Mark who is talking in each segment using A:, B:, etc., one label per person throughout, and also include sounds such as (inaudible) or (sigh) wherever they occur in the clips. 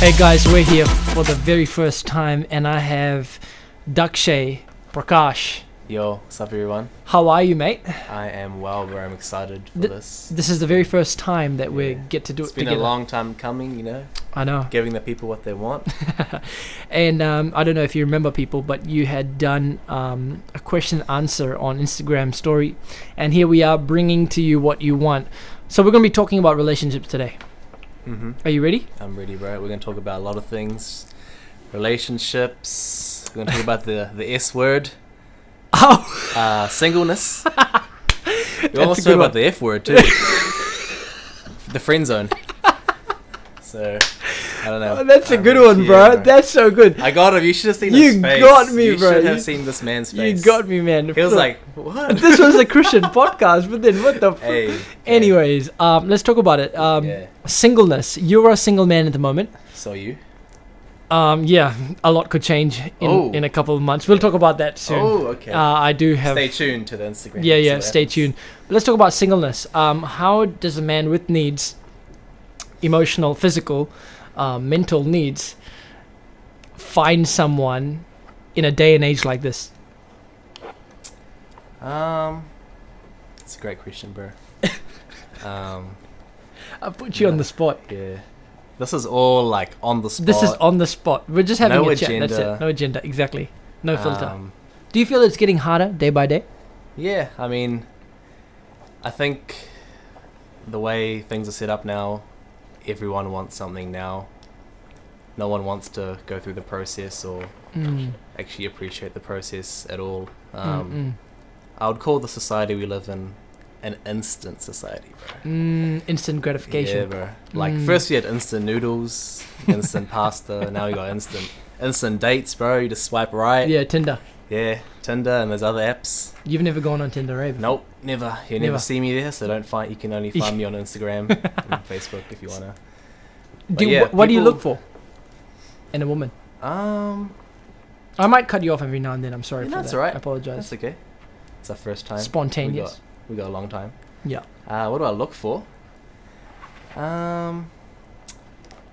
A: Hey guys, we're here for the very first time, and I have Dakshay Prakash.
B: Yo, what's up, everyone?
A: How are you, mate?
B: I am well, bro. I'm excited for
A: Th-
B: this.
A: This is the very first time that we
B: Yeah.
A: get to do
B: it's
A: it
B: been
A: together.
B: a long time coming, you know,
A: I know.
B: giving the people what they want. (laughs)
A: And um, I don't know if you remember people, but you had done um, a question and answer on Instagram story, and here we are bringing to you what you want. So we're going to be talking about relationships today.
B: hmm
A: Are you
B: (laughs)
A: ready?
B: I'm ready, bro. We're gonna talk about a lot of things, relationships. We're gonna talk about the the S word,
A: Oh,
B: uh,
A: (laughs)
B: singleness.
A: a
B: We almost
A: good
B: talk
A: one.
B: about the F word
A: (laughs)
B: too, the friend zone. So I don't know.
A: Oh, (laughs) that's a
B: Uh, I'm
A: good
B: ready
A: one,
B: for you,
A: bro. That's so good.
B: I got him. You should have seen
A: You
B: his face.
A: got me,
B: you
A: bro.
B: should have
A: You-
B: seen this man's
A: You
B: face.
A: got me, man. (laughs)
B: He was
A: Look,
B: like, what?
A: this was a Christian (laughs) podcast, but then what the?
B: (laughs)
A: F-
B: hey. okay.
A: Anyways, um, let's talk about it. Um,
B: yeah.
A: Singleness. You're a single man at the moment.
B: So you.
A: Um, yeah, a lot could change in,
B: Oh.
A: in a couple of months. We'll talk about that soon.
B: Oh, okay.
A: Uh, I do have.
B: stay tuned to the Instagram.
A: yeah,
B: see
A: yeah.
B: what
A: Stay
B: happens.
A: tuned. But let's talk about singleness. Um, how does a man with needs, emotional, physical, uh, mental needs, find someone in a day and age like this?
B: Um, it's a great
A: (laughs)
B: question, bro. um,
A: I put you on
B: Yeah.
A: the spot.
B: yeah, this is all like on the spot.
A: This is on the spot. We're just having
B: No
A: a chat. That's
B: agenda.
A: it. No agenda. Exactly. No filter.
B: Um,
A: Do you feel it's getting harder day by day?
B: yeah, I mean, I think the way things are set up now, everyone wants something now. No one wants to go through the process or
A: Mm.
B: actually appreciate the process at all. Um,
A: Um,
B: I would call the society we live in an instant society, bro.
A: mm, instant gratification.
B: Yeah, bro. Like
A: Mm.
B: first we had instant noodles, instant pasta. (laughs) Now we got instant instant dates, bro. You just swipe right.
A: Yeah, Tinder.
B: Yeah, Tinder and there's other apps.
A: You've never gone on Tinder, eh? right?
B: Nope, never. You never,
A: Never.
B: see me there, so don't find. You can only find me on
A: (laughs)
B: Instagram and Facebook if you wanna.
A: Do
B: But yeah,
A: wh- what do you
B: people-
A: look for in a woman?
B: Um,
A: I might cut you off every now and then. I'm sorry
B: Yeah,
A: for
B: that's
A: that.
B: alright.
A: I apologize.
B: that's okay. It's our first time.
A: Spontaneous.
B: We got a long time.
A: Yeah.
B: Uh, what do I look for? Um,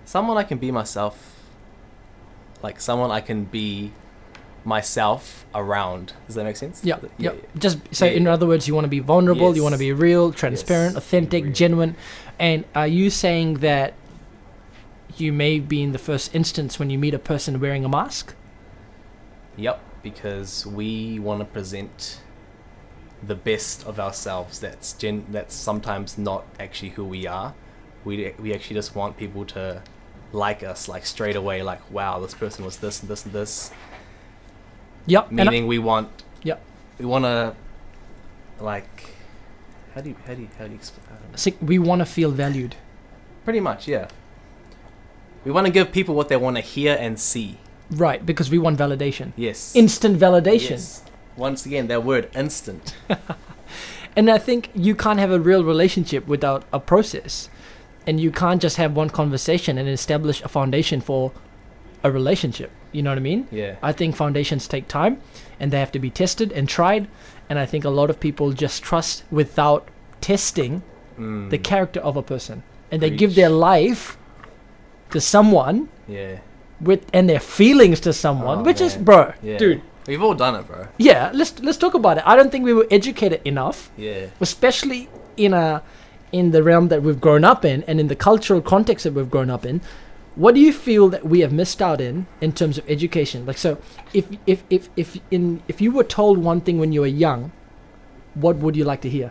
B: someone I can be myself. Like someone I can be myself around. Does that make sense?
A: Yeah, yeah. Just so,
B: Yeah,
A: in other words, you want to be vulnerable. You want to
B: Yes.
A: be real, transparent,
B: Yes,
A: authentic,
B: real.
A: genuine. And are you saying that you may be in the first instance when you meet a person wearing a mask?
B: Yep. Because we want to present the best of ourselves. That's gen. That's sometimes not actually who we are. We we actually just want people to like us like straight away. Like wow, this person was this and this and this.
A: Yep. and I-
B: meaning we want
A: Yep.
B: we want to like how do you how do you how do you explain
A: sig- we want to feel valued.
B: pretty much yeah we want to give people what they want to hear and see
A: Right, because we want validation.
B: yes
A: Instant validation.
B: Yes. once again that word instant
A: And I think you can't have a real relationship without a process. And you can't just have one conversation and establish a foundation for a relationship. You know what I mean?
B: yeah
A: I think foundations take time and they have to be tested and tried. And I think a lot of people just trust without testing
B: mm,
A: the character of a person. And they give their
B: Preach.
A: life to someone
B: yeah
A: with and their feelings to someone,
B: Oh,
A: which is
B: man.
A: bro,
B: yeah
A: dude.
B: we've all done it bro
A: Yeah, let's let's talk about it. I don't think we were educated enough
B: yeah
A: especially in a in the realm that we've grown up in and in the cultural context that we've grown up in what do you feel that we have missed out in in terms of education like so if if if if in if you were told one thing when you were young what would you like to hear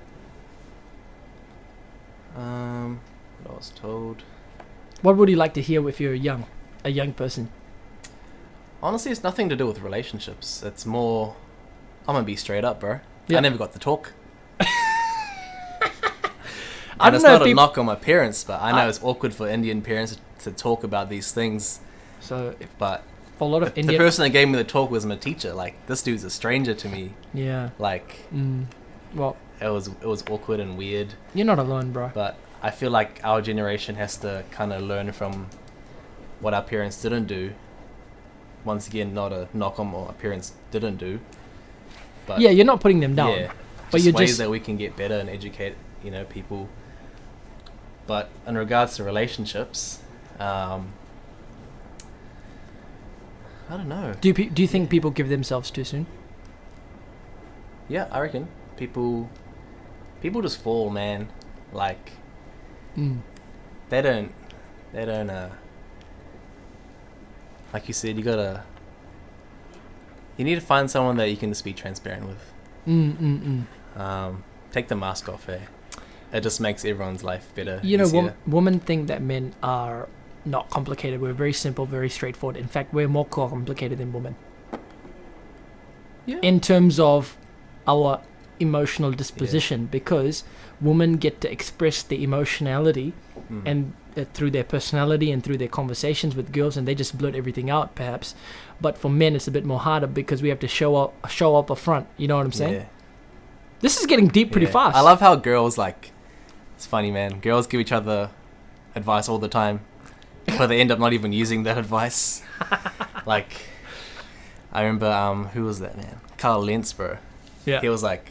B: um what I was told
A: what would you like to hear if you're young a young person
B: honestly it's nothing to do with relationships it's more I'm gonna be straight up bro
A: Yeah.
B: I never got the talk
A: I
B: And
A: don't
B: it's
A: know
B: not
A: if
B: a
A: peop-
B: knock on my parents, but I know
A: I-
B: it's awkward for Indian parents to talk about these things.
A: so if-
B: But
A: for a lot of
B: the
A: indian
B: person that gave me the talk was my teacher. Like this dude's a stranger to me.
A: yeah
B: Like
A: mm. well
B: it was it was awkward and weird.
A: you're not alone bro
B: But I feel like our generation has to kind of learn from what our parents didn't do, once again, not a knock on what appearance didn't do. But
A: yeah, you're not putting them down.
B: yeah,
A: but
B: just
A: you're
B: ways
A: just-
B: that we can get better and educate you know people. But in regards to relationships, um, I don't know.
A: Do you, pe- do you think people give themselves too soon?
B: Yeah, I reckon people people just fall, man. Like
A: Mm.
B: they don't they don't uh like you said, you gotta you need to find someone that you can just be transparent with.
A: Mm, mm, mm.
B: Um, take the mask off, eh? It just makes everyone's life better.
A: You know,
B: easier.
A: wom- women think that men are not complicated. We're very simple, very straightforward. In fact, we're more complicated than women
B: yeah.
A: in terms of our emotional disposition because women get to express their emotionality
B: Mm.
A: and uh, through their personality and through their conversations with girls and they just blurt everything out perhaps but for men it's a bit more harder because we have to show up show up up front you know what i'm saying
B: Yeah,
A: this is getting deep pretty
B: yeah.
A: fast
B: I love how girls like it's funny, man. Girls give each other advice all the time, but they end up not even using that
A: (laughs)
B: advice. like I remember um who was that man? Carl Lentz, bro.
A: yeah
B: He was like,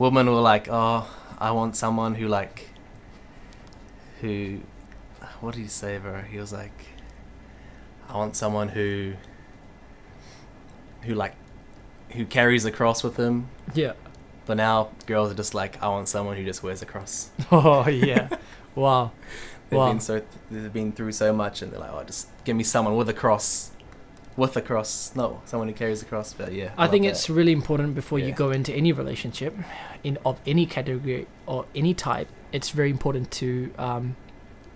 B: women were like, oh, I want someone who like, who, what did he say, bro? He was like, I want someone who, who like, who carries a cross with him. (laughs)
A: yeah
B: But now girls are just like, I want someone who just wears a cross. (laughs)
A: oh yeah (laughs) wow
B: They've
A: Wow.
B: been so, they've been through so much, and they're like, oh, just give me someone with a cross, with a cross. No, someone who carries a cross. But yeah,
A: I
B: love
A: think
B: that.
A: it's really important before you
B: Yeah.
A: go into any relationship, in of any category or any type. It's very important to um,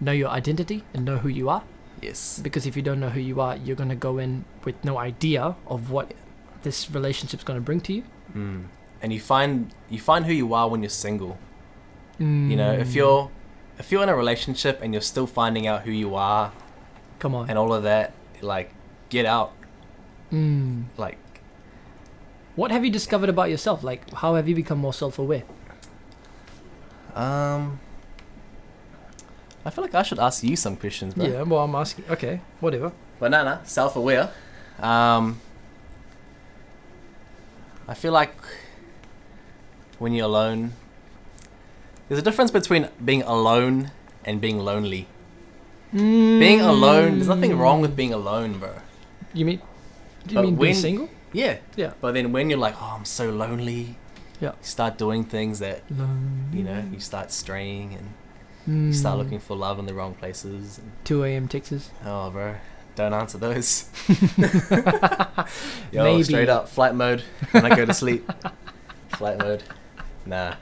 A: know your identity and know who you are,
B: yes,
A: because if you don't know who you are, you're gonna go in with no idea of what this relationship's gonna bring to you.
B: mm. and you find you find who you are when you're single. You know,
A: Mm.
B: if you're if you're in a relationship and you're still finding out who you are
A: come on,
B: and all of that, like get out.
A: mm.
B: Like
A: what have you discovered about yourself? Like, how have you become more self-aware?
B: um I feel like I should ask you some questions, bro.
A: well, I'm asking. Okay, whatever.
B: But no, no, self-aware. Um I feel like when you're alone there's a difference between being alone and being lonely.
A: Mm.
B: Being alone, there's nothing wrong with being alone, bro.
A: You mean? Do you
B: But
A: mean being
B: when-
A: single?
B: Yeah.
A: Yeah.
B: But then when you're like, oh, I'm so lonely.
A: Yeah.
B: You start doing things that you know you start straying and
A: Mm.
B: you start looking for love in the wrong places. And,
A: Two a.m. Texas.
B: oh, bro, don't answer those. Yo,
A: Maybe.
B: straight up flight mode when I go to sleep. flight mode. Nah.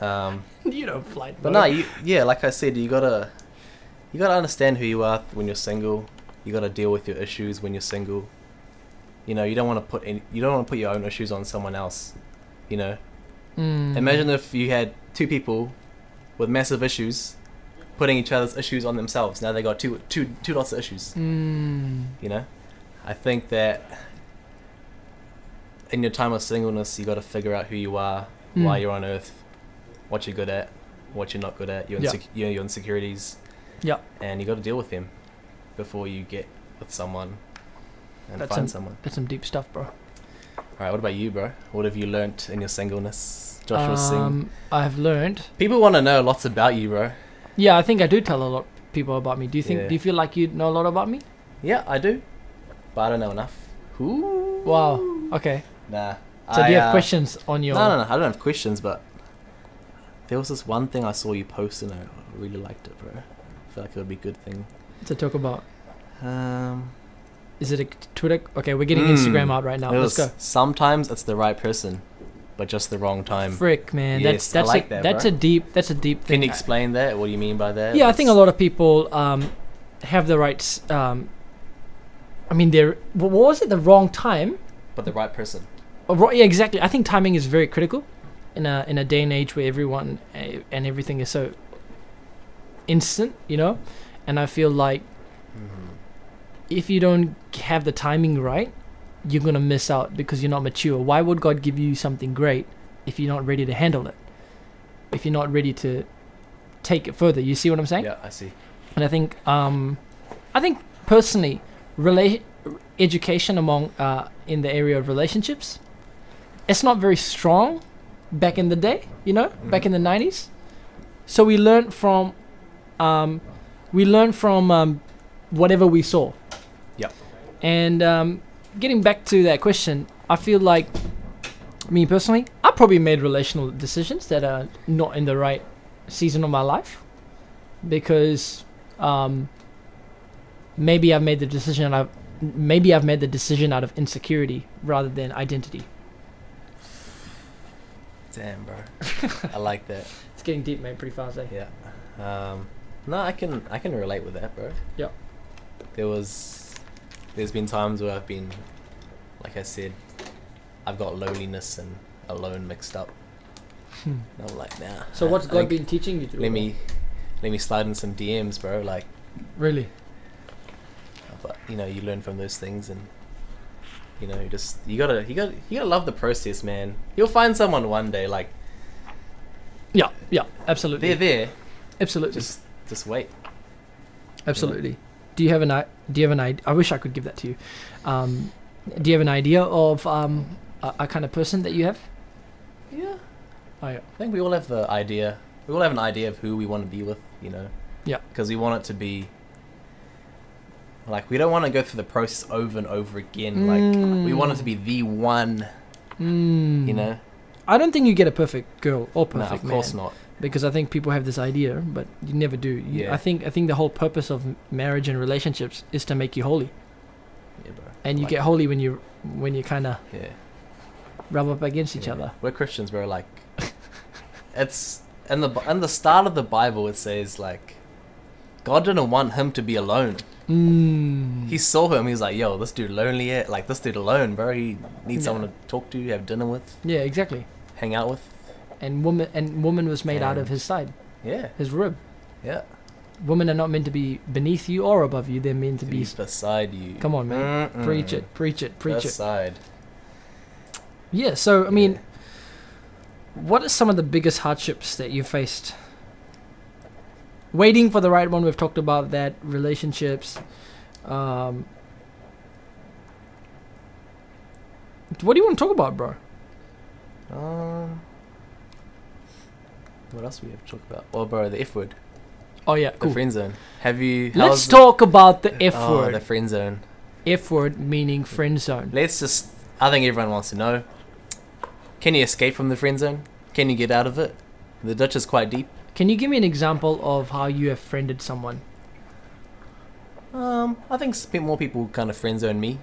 B: Um,
A: (laughs) you don't flight.
B: but no, you, yeah, like I said, you gotta you gotta understand who you are when you're single. You gotta deal with your issues when you're single. You know, you don't want to put any, you don't want to put your own issues on someone else. You know,
A: Mm.
B: imagine if you had two people with massive issues putting each other's issues on themselves. Now they got two two two lots of issues.
A: Mm.
B: You know, I think that in your time of singleness, you got to figure out who you are, why
A: Mm.
B: you're on earth, what you're good at, what you're not good at, your
A: Yeah.
B: insec- you know, your insecurities.
A: Yeah.
B: And you got to deal with them before you get with someone and
A: That's
B: find
A: an-
B: someone.
A: That's some deep stuff, bro.
B: All right, what about you, bro? What have you learnt in your singleness, Joshua Singh?
A: Um, I've learned.
B: People want to know lots about you, bro.
A: Yeah, I think I do tell a lot of people about me. Do you think?
B: Yeah.
A: Do you feel like you know a lot about me?
B: Yeah, I do, but I don't know enough. Who?
A: Wow. Okay.
B: Nah.
A: So
B: I,
A: do you have
B: uh,
A: questions on your?
B: No, no, no. I don't have questions, but there was this one thing I saw you post and I really liked it, bro. I feel like it would be a good thing.
A: To talk about.
B: Um,
A: Is it a Twitter? Okay, we're getting
B: Mm.
A: Instagram out right now.
B: it
A: Let's
B: was,
A: go.
B: Sometimes it's the right person, but just the wrong time.
A: Frick, man.
B: Yes, I
A: that's that's
B: like
A: a,
B: that,
A: that's
B: bro.
A: a deep that's a deep
B: Can
A: thing.
B: you explain that? What do you mean by that?
A: uh, yeah, I think a lot of people um, have the rights. Um, I mean, they're what was it? The wrong time.
B: But the right person.
A: Oh, ro- yeah, exactly. I think timing is very critical in a in a day and age where everyone eh, and everything is so instant, you know. And I feel like Mm-hmm. if you don't have the timing right, you're gonna miss out because you're not mature. Why would God give you something great if you're not ready to handle it? If you're not ready to take it further, you see what I'm saying?
B: Yeah, I see.
A: And I think, um, I think personally, rela- education among uh, in the area of relationships. It's not very strong back in the day, you know, back in the nineties. So we learned from, um, we learned from um, whatever we saw.
B: Yep.
A: And um, getting back to that question, I feel like me personally, I probably made relational decisions that are not in the right season of my life because um, maybe I've made the decision I've maybe I've made the decision out of insecurity rather than identity.
B: Damn, bro. I like that.
A: It's getting deep, mate, pretty fast, eh?
B: Yeah. Um, no, I can I can relate with that, bro.
A: Yep.
B: There was, there's been times where I've been, like I said, I've got loneliness and alone mixed up.
A: Hmm.
B: And I'm like, nah.
A: So
B: I-
A: what's
B: I
A: God
B: think-
A: been teaching you? To
B: Let me, let me slide in some DMs, bro. Like,
A: really.
B: but you know, you learn from those things, and you know, you just you gotta you gotta you gotta love the process, man. You'll find someone one day. Like
A: Yeah, yeah, absolutely,
B: they're there.
A: absolutely,
B: Just just wait.
A: absolutely. Do you have an i- do you have an idea? I wish I could give that to you. Um, do you have an idea of um, a, a kind of person that you have?
B: Yeah.
A: Oh, yeah.
B: I think we all have the idea. We all have an idea of who we want to be with, you know.
A: Yeah.
B: Because we want it to be. Like we don't want to go through the process over and over again. Like we want it to be the one,
A: Mm.
B: you know.
A: I don't think you get a perfect girl or
B: No,
A: Mm. perfect
B: of
A: man.
B: course not.
A: because I think people have this idea, but you never do. You,
B: Yeah.
A: I think I think the whole purpose of m- marriage and relationships is to make you holy,
B: Yeah, bro.
A: and you
B: Like,
A: get holy when you when you kind of
B: Yeah.
A: rub up against each
B: yeah.
A: other.
B: We're Christians, bro. Like, it's in the in the start of the Bible. It says like, God didn't want him to be alone.
A: Mm.
B: He saw him. He's like, yo, this dude lonely. eh? Like this dude alone, bro. He needs
A: Yeah.
B: someone to talk to, have dinner with,
A: yeah, exactly.
B: hang out with.
A: And woman and woman was made out of
B: And-
A: his side,
B: Yeah.
A: his rib.
B: Yeah.
A: Women are not meant to be beneath you or above you. They're meant to
B: To be
A: be.
B: beside you.
A: Come on, man.
B: Mm-mm.
A: Preach it, preach it, preach it.
B: Beside.
A: Yeah. So I mean,
B: Yeah.
A: what are some of the biggest hardships that you faced? Waiting for the right one. We've talked about that relationships. Um, what do you want to talk about, bro?
B: Um. What else we have to talk about? Oh, bro, the F word,
A: Oh yeah,
B: the
A: cool.
B: friend zone. Have you?
A: Let's
B: how's the-
A: talk about the F
B: Oh,
A: word.
B: the friend zone.
A: F word meaning friend zone.
B: Let's just. I think everyone wants to know. Can you escape from the friend zone? Can you get out of it? The ditch is quite deep.
A: Can you give me an example of how you have friended someone?
B: Um, I think a bit more people kind of friend zone me.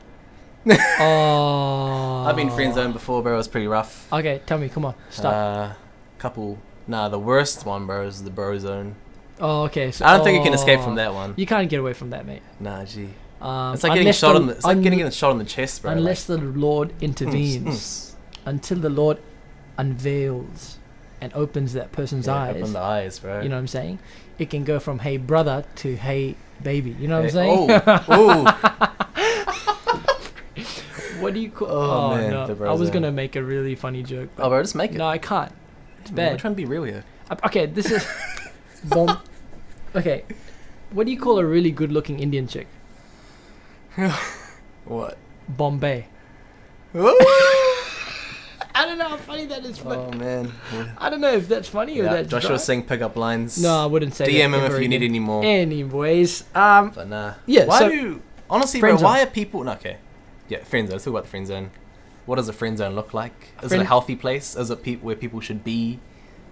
A: Oh.
B: I've been friend zoned before, bro. It was pretty rough.
A: Okay, tell me. Come on, stop.
B: Uh, couple. Nah, the worst one, bro, is the bro zone.
A: oh, okay. So,
B: I don't think you can escape
A: oh.
B: from that one.
A: You can't get away from that, mate.
B: Nah, gee.
A: Um,
B: It's like getting
A: unless
B: shot
A: the-
B: on the. Mm, It's like
A: un-
B: getting a shot on the chest, bro. (laughs)
A: unless the Lord
B: like,
A: intervenes, until the Lord unveils and opens that person's
B: Yeah,
A: eyes,
B: Open the eyes, bro.
A: you know what I'm saying? It can go from hey brother to hey baby, you know what I'm saying?
B: Oh, oh,
A: (laughs) What do you call?
B: Oh, man,
A: no,
B: the
A: I was
B: brother.
A: gonna make a really funny joke.
B: oh, bro, just make it.
A: No, I can't. It's
B: Man, We're
A: bad.
B: trying to be real here.
A: Uh, Okay, this is. Bomb. Okay, what do you call a really good-looking Indian chick?
B: What?
A: Bombay.
B: oh
A: I don't know how funny that is, but
B: man.
A: I don't know if that's funny or
B: Yeah,
A: that's
B: Joshua
A: Oh, dry.
B: Singh pickup lines.
A: No, I wouldn't say. that
B: DM him
A: ever
B: if you need
A: again.
B: any more.
A: Anyways, um,
B: But nah.
A: Yeah,
B: Why
A: so-
B: do honestly,
A: Friend
B: bro?
A: zone.
B: Why are people? No, okay. Yeah, friend zone. Let's talk about the friend zone. What does a friend zone look like? Is it
A: Friend-
B: a healthy place? Is it pe- where people should be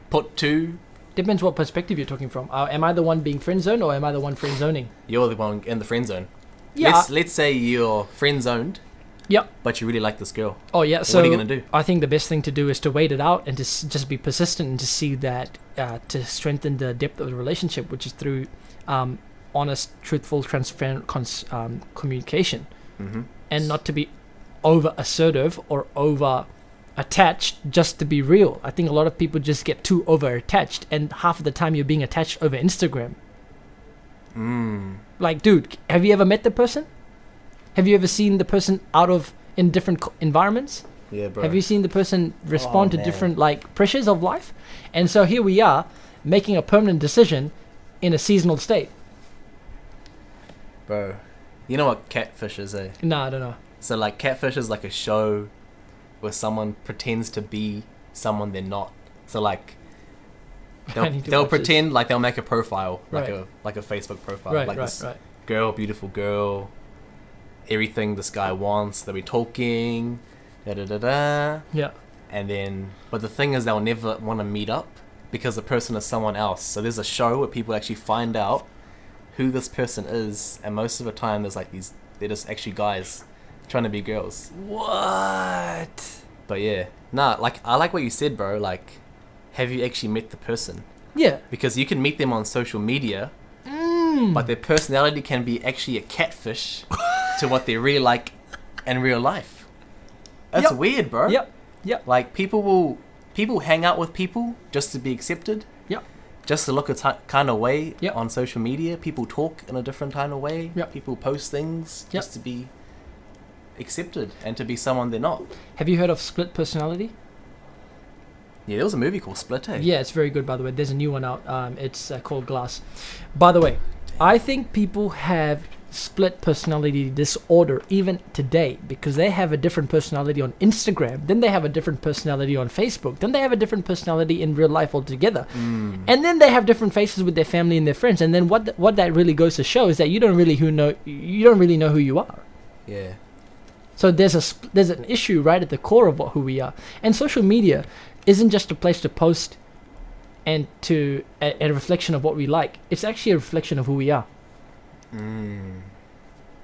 B: put to?
A: Depends what perspective you're talking from. Uh, am I the one being friend zoned or am I the one friend zoning?
B: You're the one in the friend zone.
A: Yeah.
B: Let's, let's say you're friend zoned.
A: Yep.
B: But you really like this girl.
A: oh yeah. So
B: what are you gonna do?
A: I think the best thing to do is to wait it out and to s- just be persistent and to see that uh, to strengthen the depth of the relationship, which is through um, honest, truthful, transparent cons- um, communication,
B: Mm-hmm.
A: and not to be over assertive or over attached just to be real. I think a lot of people just get too over attached, and half of the time you're being attached over Instagram.
B: Mm.
A: like dude have you ever met the person have you ever seen the person out of in different co- environments
B: Yeah, bro.
A: have you seen the person respond to
B: Oh, man.
A: different like pressures of life and so here we are making a permanent decision in a seasonal state
B: bro? You know what catfish is, eh?
A: No, I don't know.
B: So like catfish is like a show where someone pretends to be someone they're not. So like
A: (laughs) I
B: they'll,
A: need to
B: they'll
A: watch this.
B: pretend like they'll make a profile, like
A: Right.
B: a like a Facebook profile,
A: Right,
B: like
A: right,
B: this
A: right.
B: girl, beautiful girl, everything this guy wants. They'll be talking, da da da da,
A: Yeah.
B: and then but the thing is they'll never want to meet up because the person is someone else. So there's a show where people actually find out who this person is, and most of the time there's like these they're just actually guys trying to be girls.
A: What?
B: But yeah, nah, like I like what you said, bro. Like, have you actually met the person?
A: Yeah.
B: Because you can meet them on social media,
A: Mm.
B: but their personality can be actually a catfish to what they're really like in real life. That's
A: Yep.
B: weird, bro.
A: Yep. Yep.
B: Like people will people hang out with people just to be accepted.
A: Yep.
B: Just to look a ti kind of way
A: Yep.
B: on social media. People talk in a different kind of way.
A: Yep.
B: People post things
A: Yep.
B: just to be accepted and to be someone they're not.
A: Have you heard of split personality?
B: Yeah, there was a movie called Split. eh?
A: Yeah, it's very good, by the way. There's a new one out. Um, it's uh, called Glass. By the way, I think people have split personality disorder even today because they have a different personality on Instagram, then they have a different personality on Facebook, then they have a different personality in real life altogether.
B: Mm.
A: And then they have different faces with their family and their friends. And then what th- what that really goes to show is that you don't really who know you don't really know who you are.
B: Yeah.
A: So there's a sp- there's an issue right at the core of what, who we are, and social media isn't just a place to post and to a, a reflection of what we like. It's actually a reflection of who we are.
B: Mm.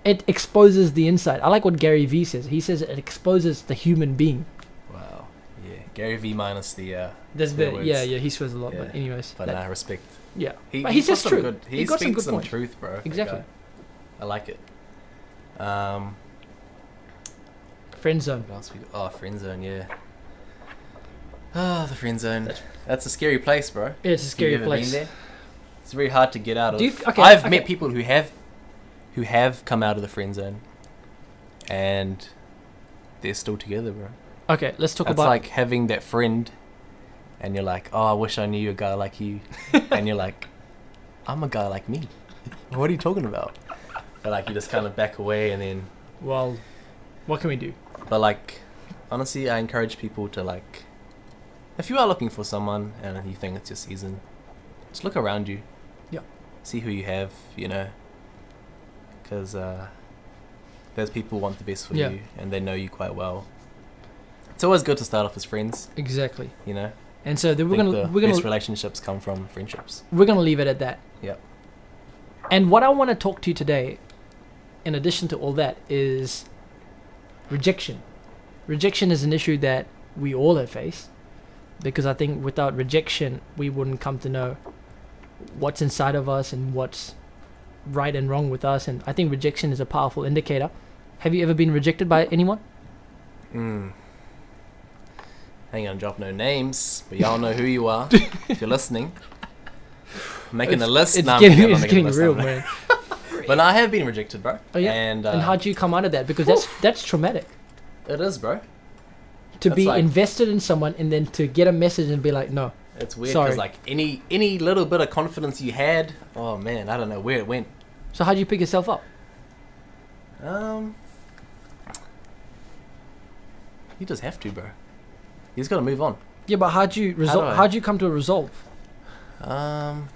A: It exposes the inside. I like what Gary Vee says. He says it exposes the human being.
B: Wow. Yeah. Gary V minus the uh,
A: There's the,
B: Fair
A: yeah
B: words.
A: yeah he swears a lot,
B: Yeah.
A: but anyways,
B: but uh,
A: that-
B: I respect.
A: yeah.
B: He,
A: But
B: he
A: he's
B: got
A: just
B: some
A: true.
B: Good, he,
A: He got
B: speaks
A: some
B: some,
A: good points.
B: truth, bro. that
A: Exactly.
B: guy. I like it. Um,
A: Friend zone.
B: what else we? Oh, friend zone. Yeah. Ah, the friend zone. That's, a scary place, bro.
A: It's a
B: If you've
A: scary
B: ever
A: place.
B: Been there, it's very hard to get out
A: Do you
B: of.
A: f- okay,
B: I've
A: okay.
B: met people who have, who have come out of the friend zone, and they're still together, bro.
A: Okay, let's talk
B: it's
A: about
B: like having that friend, and you're like, oh, I wish I knew a guy
A: (laughs)
B: like you, and you're like, I'm a guy like me. (laughs) What are you talking about? But like, you just kind of back away, and then,
A: well, what can we do?
B: but like, honestly, I encourage people to like, if you are looking for someone and you think it's your season, just look around you.
A: Yeah.
B: See who you have, you know, because uh, those people want the best for
A: Yeah.
B: you, and they know you quite well. It's always good to start off as friends,
A: Exactly.
B: you know.
A: And so then
B: I
A: we're
B: think
A: gonna
B: the
A: we're gonna
B: best relationships come from friendships.
A: we're gonna leave it at that.
B: Yep.
A: And what I want to talk to you today, in addition to all that, is rejection. Rejection is an issue that we all have faced, because I think without rejection, we wouldn't come to know what's inside of us and what's right and wrong with us. And I think rejection is a powerful indicator. Have you ever been rejected by anyone?
B: Mm. Hang on, drop no names, but y'all know who
A: (laughs)
B: you are if you're listening. Making a list.
A: It's
B: Nah, I'm
A: getting,
B: kidding,
A: it's
B: I'm not
A: getting
B: making a list,
A: real,
B: I'm not-
A: man.
B: But I have been rejected, bro.
A: Oh, yeah?
B: And, uh,
A: and how do you come out of that? Because that's that's traumatic.
B: it is, bro.
A: To be
B: That's like-
A: invested in someone and then to get a message and be like, no,
B: It's weird
A: Sorry.
B: because like any any little bit of confidence you had, oh man, I don't know where it went.
A: So how do you pick yourself up?
B: Um, you just have to, bro. You just gotta move on.
A: Yeah, but how do you resolve?
B: do I-
A: How do you come to a resolve?
B: Um,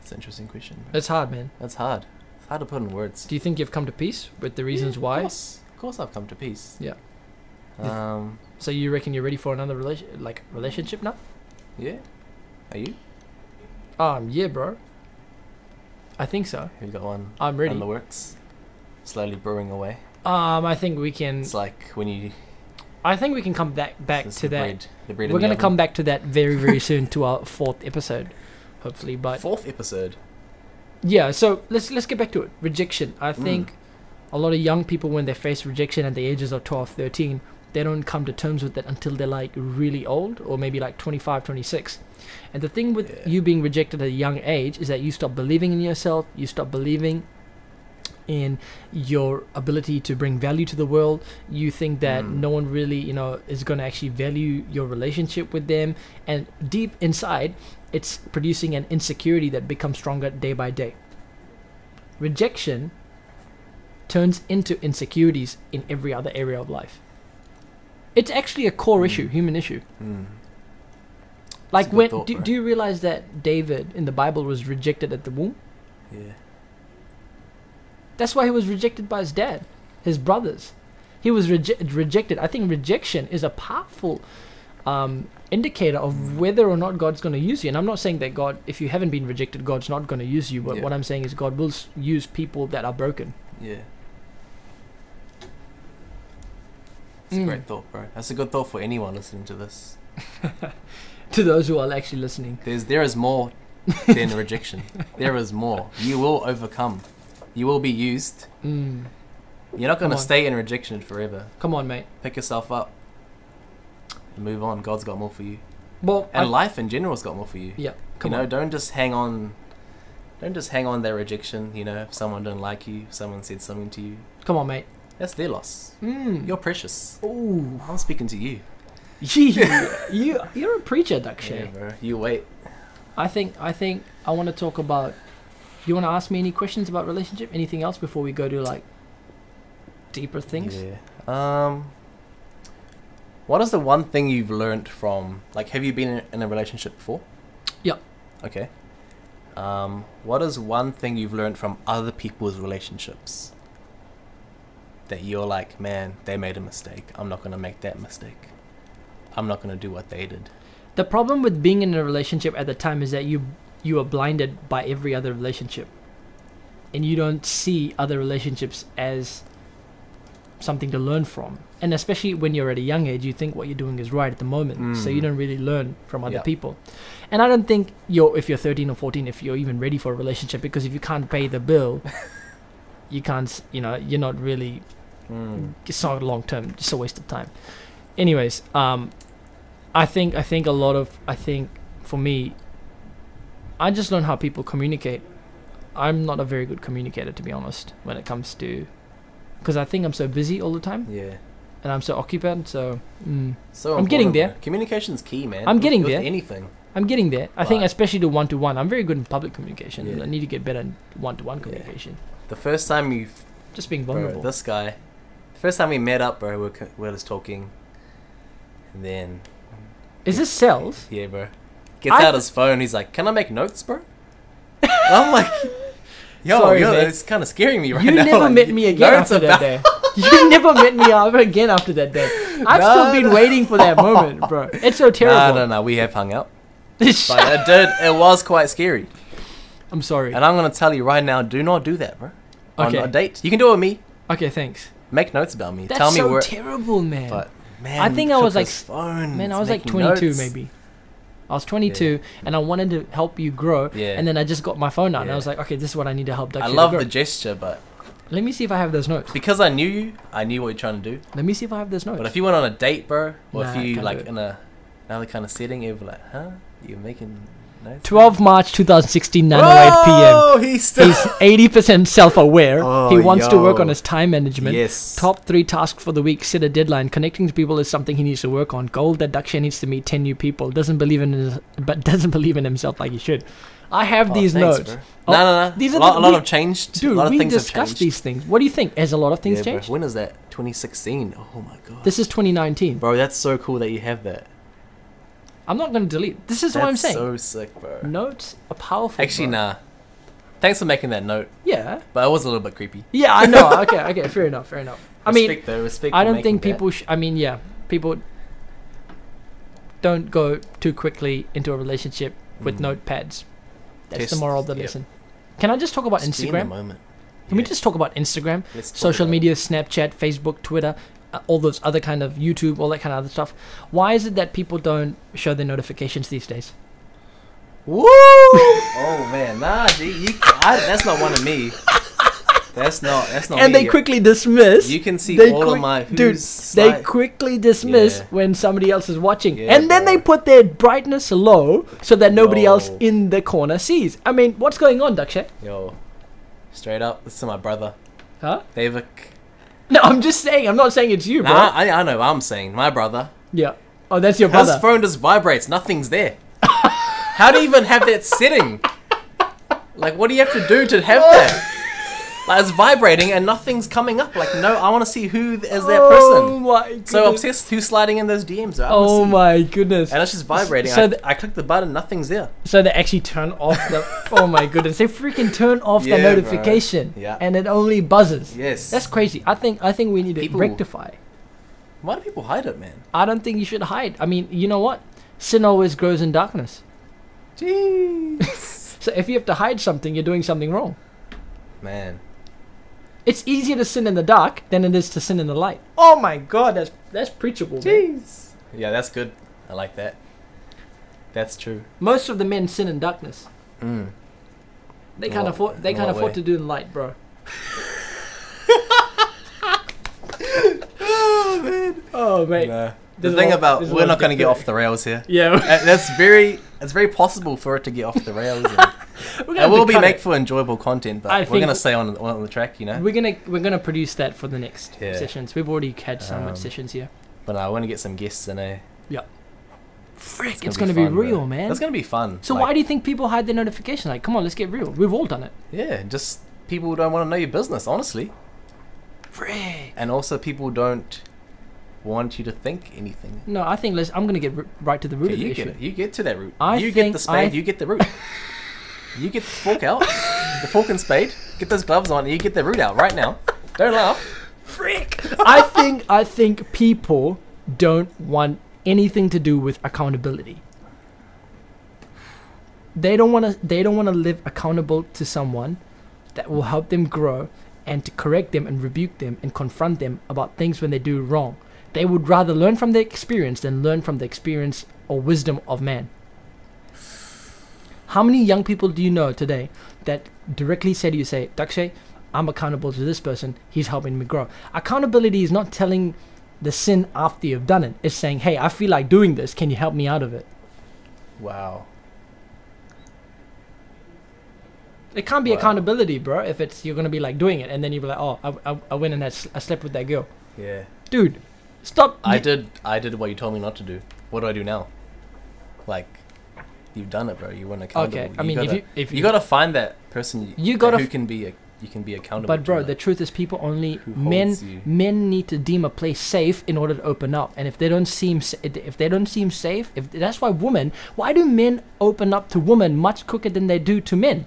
B: that's an interesting question. bro.
A: It's hard, man.
B: That's hard. It's hard to put in words.
A: Do you think you've come to peace with the reasons
B: Yeah, Of
A: why?
B: course, of course I've come to peace.
A: Yeah.
B: Um.
A: So you reckon you're ready for another relation, like relationship now?
B: Yeah. Are you?
A: Um, yeah, bro. I think so.
B: Have you got one
A: I'm ready.
B: in the works? Slowly brewing away.
A: Um, I think we can.
B: It's like when you
A: I think we can come back back
B: it's
A: to
B: the
A: that.
B: Bread, the bread in
A: We're
B: the
A: gonna
B: oven.
A: come back to that very very soon to our fourth episode, hopefully. But
B: Fourth episode.
A: yeah, so let's let's get back to it. Rejection. I think a lot of young people when they face rejection at the ages of 12, 13, they don't come to terms with it until they're like really old or maybe like 25, 26. And the thing with
B: Yeah.
A: you being rejected at a young age is that you stop believing in yourself, you stop believing in your ability to bring value to the world. You think that
B: Mm.
A: no one really, you know, is going to actually value your relationship with them. And deep inside, it's producing an insecurity that becomes stronger day by day. Rejection turns into insecurities in every other area of life. It's actually a core
B: Mm.
A: issue, human issue.
B: Mm.
A: Like
B: a good
A: when
B: thought,
A: do,
B: bro.
A: do you realize that David in the Bible was rejected at the womb?
B: Yeah.
A: That's why he was rejected by his dad, his brothers. He was reje- rejected. I think rejection is a powerful um, indicator of whether or not God's going to use you. And I'm not saying that God, if you haven't been rejected, God's not going to use you. But
B: Yeah.
A: what I'm saying is God will s- use people that are broken. (laughs)
B: Yeah. It's a
A: Mm.
B: great thought, bro. That's a good thought for anyone listening to this.
A: To those who are actually listening,
B: There's there is more
A: (laughs)
B: than rejection. There is more. You will overcome. You will be used.
A: mm.
B: You're not gonna
A: Come on.
B: stay in rejection forever.
A: come on, mate.
B: Pick yourself up and move on. God's got more for you.
A: Well, I-
B: And life in general's got more for you.
A: yeah, come
B: you know,
A: on.
B: don't just hang on don't just hang on that rejection, you know, if someone didn't like you, if someone said something to you.
A: Come on, mate.
B: That's their loss.
A: Mm.
B: You're precious.
A: Ooh, (laughs)
B: I'm speaking to you.
A: gee, you you're a preacher, Dakshay.
B: Yeah, bro. You wait.
A: I think I think I want to talk about. You want to ask me any questions about relationship? Anything else before we go to like deeper things?
B: Yeah. Um What is the one thing you've learned from like have you been in, in a relationship before?
A: Yep.
B: Okay. Um what is one thing you've learned from other people's relationships? That you're like, man, they made a mistake. I'm not gonna make that mistake. I'm not gonna do what they did.
A: The problem with being in a relationship at the time is that you you are blinded by every other relationship, and you don't see other relationships as something to learn from. And especially when you're at a young age, you think what you're doing is right at the moment, so you
B: Mm.
A: don't really learn from other
B: Yeah.
A: people. And I don't think you're if you're 13 or 14, if you're even ready for a relationship, because if you can't pay the
B: (laughs)
A: bill, you can't. s- You know, you're not really it's not long term just a waste of time anyways um i think i think a lot of i think for me i just learn how people communicate i'm not a very good communicator to be honest when it comes to because i think i'm so busy all the time
B: Yeah.
A: and i'm so occupied so mm,
B: So
A: I'm getting
B: important, bro. Communication's key, man.
A: I'm
B: With-
A: getting
B: with
A: there.
B: Anything.
A: i'm getting there i think
B: Right.
A: especially to one-to-one i'm very good in public communication and
B: Yeah.
A: i need to get better in one-to-one
B: Yeah.
A: communication
B: The first time you
A: just being
B: Bro,
A: vulnerable
B: this guy. The first time we met up, bro, we were, co- we were just talking. And then,
A: is this cells
B: yeah, bro. Gets
A: I-
B: out his phone. He's like, "Can I make notes, bro?" And I'm
A: (laughs)
B: like, "Yo,
A: Sorry,
B: yo,
A: man.
B: it's kind of scaring me (laughs) right
A: you
B: now."
A: never met
B: like,
A: me again
B: notes
A: after that
B: about-
A: day. You (laughs) never met me ever again after that day. I've
B: No,
A: still been
B: no.
A: waiting for that moment,
B: (laughs)
A: bro. It's so
B: Nah,
A: terrible.
B: no, no, we have hung out,
A: (laughs) Shut-
B: but it did. It was quite scary,
A: I'm sorry.
B: and I'm gonna tell you right now: do not do that, bro.
A: Okay.
B: On a date, you can do it with me.
A: Okay, thanks.
B: Make notes about me.
A: That's
B: tell me
A: so
B: where.
A: terrible, man.
B: but man,
A: I think I
B: took
A: was like-
B: his phone,
A: man, I
B: he's
A: was like
B: making
A: 22
B: notes.
A: maybe. I was 22 and I wanted to help you grow.
B: Yeah.
A: And then I just got my phone out and I
B: Yeah.
A: was like, okay, this is what I need to help.
B: I
A: Daksha to
B: love
A: grow.
B: the gesture, but
A: Let me see if I have those notes.
B: because I knew you, I knew what you're trying to do.
A: Let me see if I have those notes.
B: But if you went on a date, bro, or
A: Nah,
B: if you
A: can't
B: like
A: do it.
B: in a another kind of setting, you'd be like, huh? You're making notes?
A: 12 March 2016, 9:08 p.m.
B: Whoa, He's still
A: He's 80% self-aware.
B: (laughs) Oh,
A: he wants to work on
B: yo.
A: his time management.
B: yes.
A: Top three tasks for the week, set a deadline. Connecting to people is something he needs to work on. Goal that Daksha needs to meet ten new people. Doesn't believe in his, but (laughs) doesn't believe in himself like he should. I have
B: Oh,
A: these
B: thanks,
A: notes,
B: bro.
A: Oh,
B: no, no, no.
A: these
B: a
A: are
B: lot,
A: the-
B: a lot
A: we-
B: have changed. a lot
A: dude.
B: of
A: We
B: things
A: discussed
B: have changed.
A: these things. What do you think? Has a lot of things
B: yeah, bro.
A: changed?
B: When is that? 2016. Oh my god.
A: This is 2019.
B: bro, that's so cool that you have that.
A: I'm not going to delete. This is
B: that's
A: what I'm saying.
B: So sick, bro.
A: notes are powerful.
B: Actually,
A: bro.
B: nah. Thanks for making that note,
A: Yeah.
B: but it was a little bit creepy.
A: Yeah, I know. okay, okay, fair enough, fair enough. I mean,
B: respect, though, respect
A: I
B: for
A: don't
B: making
A: think
B: that.
A: people. Sh- I mean, yeah, people don't go too quickly into a relationship with
B: Mm.
A: notepads. That's the
B: Test-
A: moral of the
B: yep.
A: lesson. Can I just talk about
B: Just be in the
A: Instagram? Can
B: moment.
A: we
B: Yeah,
A: just talk about Instagram,
B: let's talk
A: social
B: about it.
A: media, Snapchat, Facebook, Twitter, uh, all those other kind of YouTube, all that kind of other stuff? Why is it that people don't show their notifications these days?
B: Woo! oh man, nah, G, you, I, that's not one of me. That's not. That's not.
A: and
B: me.
A: they quickly dismiss.
B: You can see
A: they
B: all
A: quick-
B: of my
A: dude,
B: who's
A: they
B: slide-
A: quickly dismiss
B: Yeah.
A: when somebody else is watching
B: Yeah,
A: and then
B: bro.
A: they put their brightness low so that nobody else
B: Yo.
A: in the corner sees i mean what's going on daksha
B: Yo, straight up. This is my brother,
A: huh (laughs)
B: David.
A: no i'm just saying i'm not saying it's you bro
B: Nah, I, I know. What I'm saying my brother.
A: yeah oh that's your
B: His
A: brother
B: phone just vibrates. Nothing's there. How do you even have that setting? Like, what do you have to do
A: (laughs)
B: to have that? Like, it's vibrating and nothing's coming up. Like, no, I want to see who th- is that
A: Oh
B: person.
A: my goodness.
B: So obsessed who's sliding in those DMs. I wanna
A: Oh
B: see.
A: my goodness.
B: And it's just vibrating.
A: So
B: I,
A: th-
B: I click the button, nothing's there.
A: So they actually turn off
B: (laughs)
A: the. oh my goodness! They freaking turn off
B: Yeah,
A: the
B: bro.
A: notification,
B: Yeah.
A: and it only buzzes.
B: Yes.
A: That's crazy. I think I think we need to
B: People-
A: rectify.
B: Why do people hide it, man?
A: I don't think you should hide. I mean, you know what? Sin always grows in darkness.
B: Jeez.
A: So if you have to hide something, you're doing something wrong.
B: (laughs) man.
A: It's easier to sin in the dark than it is to sin in the light. Oh my god, that's that's preachable. man.
B: Jeez. Yeah, that's good. I like that. That's true.
A: Most of the men sin in darkness.
B: Mm.
A: They
B: In
A: can't
B: what-
A: afford. They
B: in
A: can't
B: what
A: afford
B: way?
A: to do in light,
B: (laughs)
A: bro.
B: Oh, man.
A: Oh mate.
B: The
A: There's a
B: thing
A: lot-
B: about
A: there's a
B: we're
A: lot
B: not going to
A: to
B: get
A: do.
B: off the rails here.
A: Yeah, (laughs)
B: Uh, that's very. It's very possible for it to get off the rails.
A: (laughs)
B: And,
A: we're
B: it will be
A: cut
B: make
A: it.
B: for enjoyable content, but
A: I
B: we're going to
A: think-
B: stay on on the track, you know.
A: We're gonna we're gonna produce that for the next
B: Yeah.
A: sessions. We've already had so
B: Um,
A: much sessions here.
B: but I want to get some guests in a.
A: Frick, it's,
B: It's
A: gonna
B: gonna
A: be,
B: be fun,
A: real,
B: bro.
A: man.
B: That's going to be fun.
A: so why do you think people hide their notification? Like, come on, let's get real. We've all done it.
B: do? Yeah, just people don't want to know your business, honestly,
A: Frick.
B: and also people don't want you to think anything.
A: No, I think let's. I'm gonna get r- right to the root
B: Okay,
A: of the
B: you
A: issue.
B: get it. You get to that root.
A: I
B: you get
A: think
B: the spade.
A: I-
B: You get
A: (laughs)
B: the root. you get the fork out. the fork and spade. Get those gloves on. and You get the root out right now. Don't laugh.
A: Frick. I think I think people don't want anything to do with accountability. They don't want to. They don't want to live accountable to someone that will help them grow and to correct them and rebuke them and confront them about things when they do wrong. They would rather learn from their experience than learn from the experience or wisdom of man. How many young people do you know today that directly say to you, say, Dakshay, I'm accountable to this person, he's helping me grow. Accountability is not telling the sin after you've done it, it's saying, hey, I feel like doing this, can you help me out of it?
B: Wow.
A: It can't be
B: Wow.
A: accountability, bro, if it's you're gonna be like doing it and then you're like, oh, I, I, I went and I, s- I slept with that girl.
B: Yeah.
A: Dude, stop.
B: I
A: You-
B: did. I did what you told me not to do. What do I do now? Like, you've done it, bro. You weren't accountable.
A: Okay, I
B: You
A: mean,
B: gotta,
A: if you if you,
B: you gotta find that person. You,
A: You gotta
B: who
A: f-
B: can be a, you can be accountable.
A: but
B: to,
A: bro,
B: like,
A: the truth is, people only
B: who
A: men
B: holds you.
A: men need to deem a place safe in order to open up and if they don't seem s- if they don't seem safe if that's why women why do men open up to women much quicker than they do to men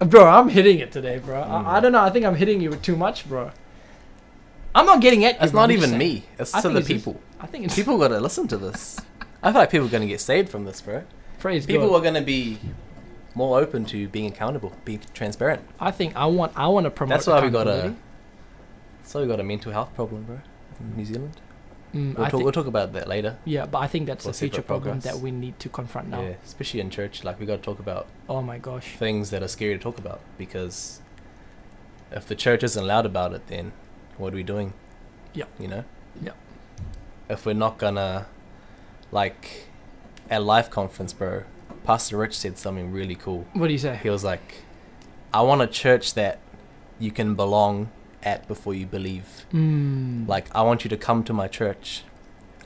A: Uh, bro i'm hitting it today bro I, I
B: Mm.
A: don't know i think i'm hitting you with too much bro i'm not getting at you,
B: That's
A: bro,
B: not
A: I'm just
B: even
A: saying.
B: me. It's
A: I
B: to
A: think
B: the
A: it's just-
B: people.
A: i think it's
B: People gotta listen to this. I feel like people are gonna get saved from this, bro.
A: praise
B: People
A: god
B: are gonna be more open to being accountable, being transparent.
A: i think i want i want to promote
B: That's why we got a.
A: accountability.
B: That's why we got a mental health problem, bro. In New Zealand.
A: Mm,
B: We'll,
A: I
B: talk,
A: think-
B: we'll talk about that later.
A: yeah but i think that's
B: We'll
A: a future
B: separate
A: problem
B: progress.
A: that we need to confront now
B: Yeah, especially in church, like we gotta talk about
A: oh my gosh
B: things that are scary to talk about because if the church isn't loud about it, then what are we doing?
A: Yep.
B: You know?
A: Yep.
B: If we're not gonna, like, at Life Conference, bro, Pastor Rich said something really cool.
A: what do you say
B: He was like, I want a church that you can belong at before you believe.
A: Mm.
B: Like, I want you to come to my church.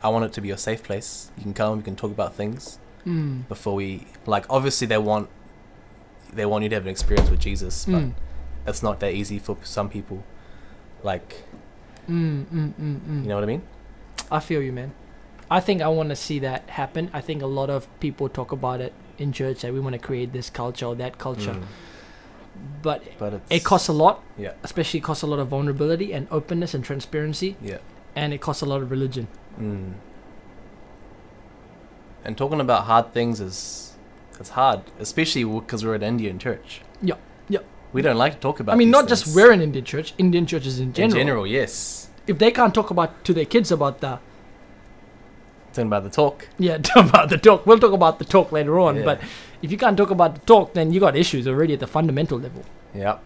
B: I want it to be your safe place. You can come, we can talk about things
A: Mm.
B: before we like obviously they want they want you to have an experience with Jesus, but
A: Mm.
B: it's not that easy for some people. Like,
A: Mm, mm, mm, mm.
B: you know what I mean?
A: I feel you, man. I think I want to see that happen. I think a lot of people talk about it in church that we want to create this culture or that culture,
B: Mm.
A: but
B: But it's,
A: it costs a lot.
B: Yeah.
A: Especially it costs a lot of vulnerability and openness and transparency,
B: yeah.
A: and it costs a lot of religion.
B: Mm. And talking about hard things is it's hard, especially because we're an Indian church.
A: Yeah, yeah.
B: We don't like to talk about.
A: I mean,
B: these
A: not just
B: things.
A: we're an Indian church, Indian churches in general.
B: in general, yes.
A: If they can't talk about to their kids about the
B: Talking about the talk.
A: yeah (laughs) about the talk, we'll talk about the talk later on.
B: Yeah.
A: But if you can't talk about the talk, then you got issues already at the fundamental level.
B: Yeah.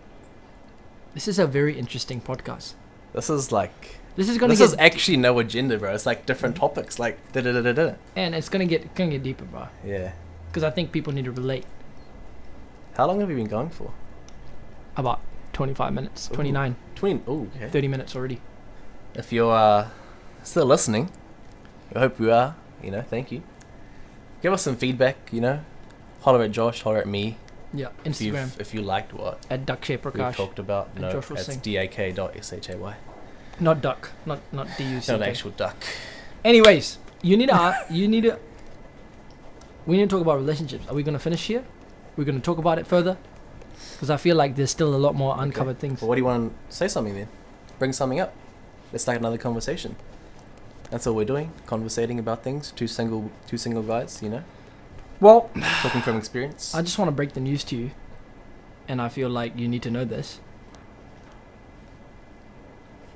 A: This is a very interesting podcast.
B: This is like
A: This is gonna
B: this
A: get
B: is actually no agenda, bro. It's like different topics, like da da da da da.
A: and it's gonna get gonna get deeper, bro.
B: Yeah.
A: Because I think people need to relate.
B: How long have you been going for?
A: About 25 minutes,
B: Ooh.
A: 29,
B: Twin. Oh, okay.
A: 30 minutes already.
B: If you're uh, still listening, I hope you are. You know, thank you. Give us some feedback, you know? Holler at Josh, holler at me.
A: Yeah,
B: If,
A: Instagram
B: you've, if you liked what
A: at Duck Shape
B: we've
A: Prakash,
B: talked about,
A: And
B: no,
A: Josh will
B: that's
A: sing.
B: dak.shay.
A: not Duck, not not D U C.
B: (laughs) Not an
A: K.
B: actual duck.
A: Anyways, you need to a- you need to. We need to talk about relationships. Are we gonna finish here? We're gonna talk about it further, because I feel like there's still a lot more uncovered things.
B: Well, what do you want to say something then? Bring something up. Let's start another conversation. That's all we're doing, conversating about things. Two single, two single guys, you know,
A: Well,
B: talking from experience.
A: I just want to break the news to you, and I feel like you need to know this.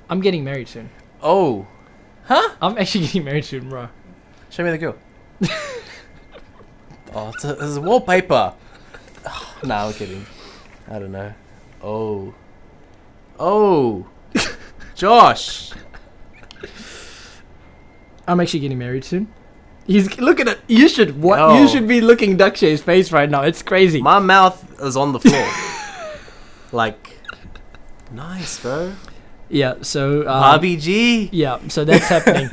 A: I'm getting married soon.
B: oh,
A: I'm actually (laughs) getting married soon, bro.
B: show me the girl. (laughs) oh, it's a, it's a wallpaper. (sighs) Oh, nah, I'm kidding. I don't know. Oh,
A: (laughs)
B: oh, Josh.
A: I'm actually getting married soon. He's look at it. You should what?
B: No.
A: You should be looking Duckshay's face right now. It's crazy.
B: My mouth is on the floor.
A: (laughs)
B: like, nice, bro.
A: yeah. So um,
B: RBG.
A: Yeah, so that's
B: (laughs)
A: happening.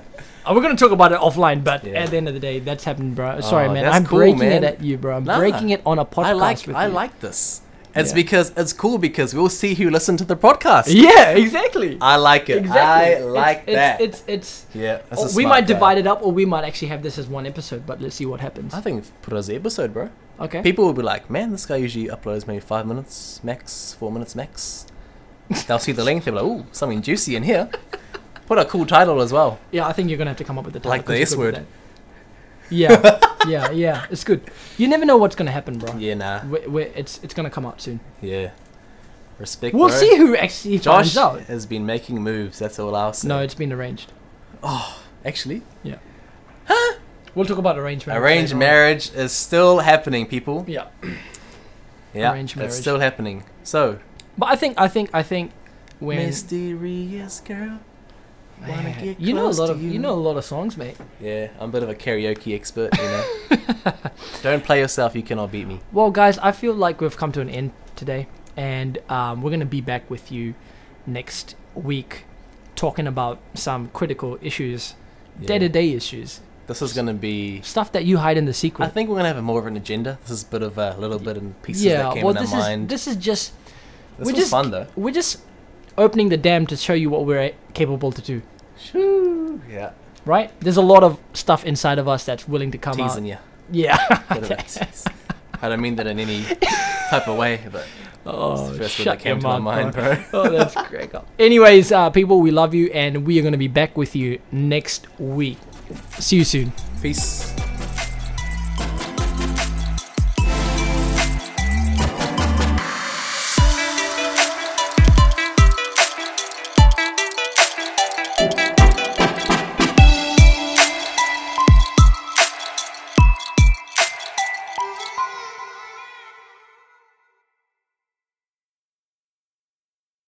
A: Uh, we're gonna talk about it offline, but
B: Yeah. Oh,
A: at the end of the day, that's happening, bro. Sorry, man.
B: that's
A: I'm
B: cool,
A: breaking it
B: man.
A: at you, bro. I'm
B: Nah.
A: breaking it on a podcast.
B: I like
A: with
B: I
A: you.
B: like this. It's
A: Yeah.
B: because it's cool because we'll see who listened to the podcast.
A: (laughs) Yeah, exactly.
B: I like it.
A: exactly.
B: I
A: It's-
B: like
A: it's,
B: that.
A: It's it's.
B: yeah, that's
A: oh,
B: a
A: we
B: smart
A: might
B: guy.
A: divide it up, or we might actually have this as one episode. But let's see what happens.
B: I think put it as the episode, bro.
A: Okay.
B: People will be like, "Man, this guy usually uploads maybe five minutes max, four minutes max." They'll see the length. They'll be like, "Ooh, something juicy in here." Put a cool title as well.
A: yeah, I think you're gonna have to come up with the title.
B: Like the
A: 'cause
B: S
A: you're
B: word.
A: good with that.
B: (laughs)
A: Yeah, yeah, yeah. It's good. You never know what's gonna happen, bro.
B: Yeah, nah.
A: We're, we're, it's it's gonna come out soon.
B: Yeah, respect.
A: We'll
B: bro.
A: see who actually
B: Josh
A: finds out.
B: has been making moves. That's all I'll say.
A: No, it's been arranged.
B: actually,
A: We'll talk about arranged marriage.
B: arranged
A: later on.
B: marriage is still happening, people.
A: Yeah.
B: Yeah,
A: Arranged
B: it's
A: marriage.
B: still happening. So,
A: But I think I think I think when
B: mysterious girl, wanna
A: Man,
B: get
A: you know a
B: close
A: lot
B: to
A: of you know a lot of songs, mate.
B: Yeah, I'm a bit of a karaoke expert, you know.
A: (laughs)
B: Don't play yourself; you cannot beat me.
A: Well, guys, I feel like we've come to an end today, and um, we're gonna be back with you next week, talking about some critical issues,
B: Yeah.
A: day to day issues,
B: This is gonna be.
A: stuff that you hide in the
B: I
A: secret.
B: think we're gonna have a more of an agenda. This is a bit of a little bit in pieces
A: yeah.
B: that came
A: Well,
B: in our
A: this is
B: mind.
A: this is just
B: this
A: we
B: was
A: just-
B: fun though.
A: we're just opening the dam to show you what we're a- capable to do.
B: Shoo. Yeah,
A: Right? There's a lot of stuff inside of us that's willing to come
B: teasing
A: out. (laughs)
B: you.
A: Yeah.
B: Bit of a tease. I don't mean that
A: (laughs)
B: in any type of way, but it's
A: Oh,
B: the first word
A: shut
B: that came
A: your
B: to my
A: mouth,
B: mind, (laughs)
A: bro.
B: bro.
A: oh, that's great. Anyways, uh, people, we love you, and we are going to be back with you next week. See you soon.
B: Peace.